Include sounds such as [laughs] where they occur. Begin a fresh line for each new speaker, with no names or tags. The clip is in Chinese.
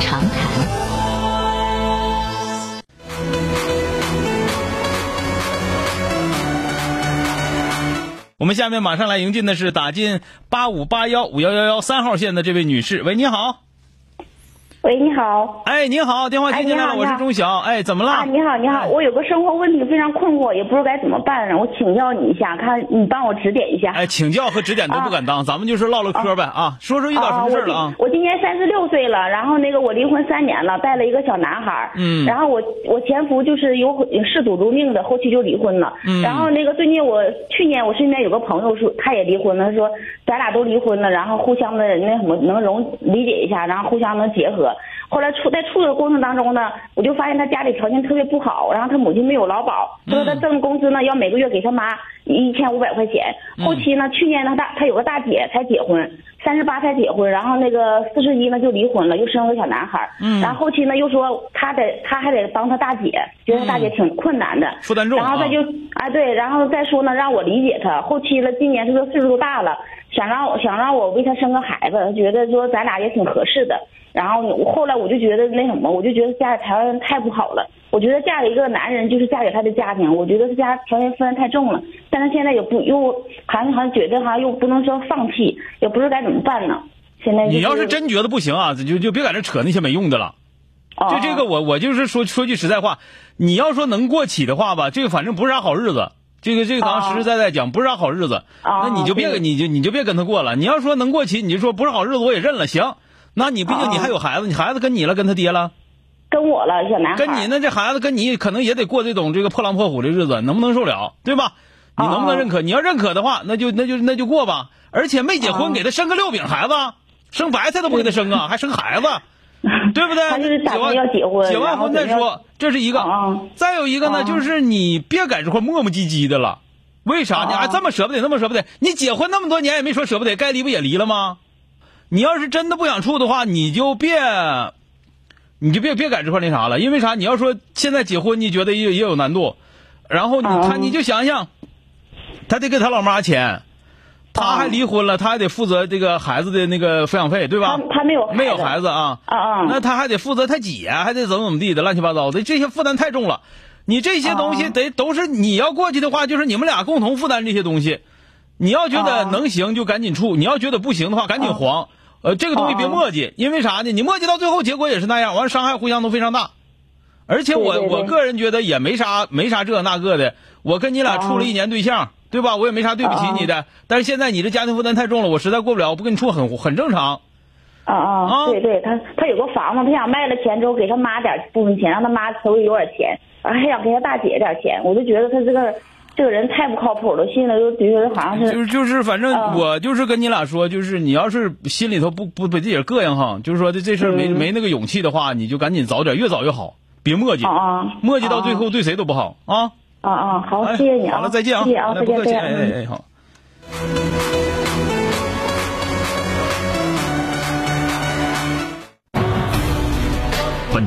长谈》。
我们下面马上来迎进的是打进八五八幺五幺幺幺三号线的这位女士，喂，你好，
喂，你好。
哎，您好，电话接进来了，
哎你好
我是
你好
钟晓，哎，怎么了？
啊，你好，你好，
哎
我有个生活问题非常困惑，也不知道该怎么办，我请教你一下，看你帮我指点一下。
哎，请教和指点都不敢当，咱们就是唠唠嗑呗啊，说说遇到什
啊，
么
我
事儿
今
了啊？
我今年三十六岁了，然后那个我离婚三年了，带了一个小男孩儿。
嗯
然后我我前夫就是有嗜赌如命的，后期就离婚了。
嗯
然后那个最近我去年我身边有个朋友说他也离婚了，他说咱俩都离婚了，然后互相的那什么能容理解一下，然后互相能结合。后来处在处的过程当中呢，我就发现他家里条件特别不好，然后他母亲没有劳保，他说他
嗯
挣工资呢要每个月给他妈一千五百块钱。
嗯
后期呢，去年呢大他有个大姐才结婚，三十八才结婚，然后那个四十一呢就离婚了，又生了个小男孩儿。
嗯
然后后期呢又说他得他还得帮他大姐，觉得他大姐挺困难的。
负担重
然
嗯
后
啊
他就啊对，然后再说呢，让我理解他。后期了，今年他说岁数大了，想让我想让我为他生个孩子，他觉得说咱俩也挺合适的。然后我后来我就觉得那什么，我就觉得家里条件太不好了。我觉得嫁给一个男人就是嫁给他的家庭，我觉得他家条件负担太重了。但是现在也不又好像好像觉得好像又不能说放弃，也不知道该怎么办呢。现在、就
你要是真觉得不行啊，就就别在这扯那些没用的了。
哦
就这个我我就是说说句实在话，你要说能过起的话吧，这个反正不是啥好日子。这个这个咱们
哦
实实在在讲，不是啥好日子，
哦
那你就别
对
跟你就你就别跟他过了。你要说能过起，你就说不是好日子我也认了，行。那你毕竟你还有孩子，你孩子跟你了，跟他爹了，
跟我了小男孩，
跟你那这孩子跟你可能也得过这种这个破狼破虎的日子，能不能受了？对吧？
哦
你能不能认可？你要认可的话，那就那就那就过吧。而且没结婚，
哦
给他生个六饼孩子，啊
[laughs]
生白菜都不给他生啊，还生孩子。对不对？
他就是打算要结婚
结完
然后
婚再
准备要
说，这是一个。
哦
再有一个呢，
哦
就是你别在这块磨磨唧唧的了。为啥呢？
哦
哎，这么舍不得，那么舍不得。你结婚那么多年也没说舍不得，该离不也离了吗？你要是真的不想处的话，你就别，你就别别在这块那啥了。因为啥？你要说现在结婚，你觉得也也有难度。然后你
哦
看，你就想想，他得给他老妈钱，他还离婚了，他还得负责这个孩子的那个抚养费，对吧？
他他没有孩子
没有孩子啊。
啊啊，
那他还得负责他姐，啊还得怎么怎么地的，乱七八糟的，这些负担太重了。你这些东西
哦
得都是你要过去的话，就是你们俩共同负担这些东西。你要觉得
哦
能行就赶紧处，你要觉得不行的话赶紧
啊
黄。呃，这个东西别
哦
墨迹，因为啥呢？你墨迹到最后结果也是那样，完了伤害互相都非常大。而且我
对对对
我个人觉得也没啥没啥这那个的，我跟
啊
你俩处了一年对象，对吧？我也没啥对不起你的，但是现在你这家庭负担太重了，我实在过不了，我不跟你处很很正常。
啊
啊
啊，对对，他他有个房子，他想卖了钱之后给他妈点儿部分钱，让他妈手里有点钱，啊还想给他大姐点儿钱，我就觉得他这个这个人太不靠谱了，心里就觉得好像
哎就是是就是，反正
嗯
我就是跟你俩说，就是你要是心里头不不不自己膈应哈，就是说这这事儿没
嗯
没那个勇气的话，你就赶紧早点，越早越好，别磨叽
啊，啊，
磨叽到最后对谁都不好啊。
啊啊，好，
哎
谢谢你啊，
好了，再见啊，
谢谢啊，
好嘞
再
不客
见再
气，哎
见。嗯
哎哎，好。
本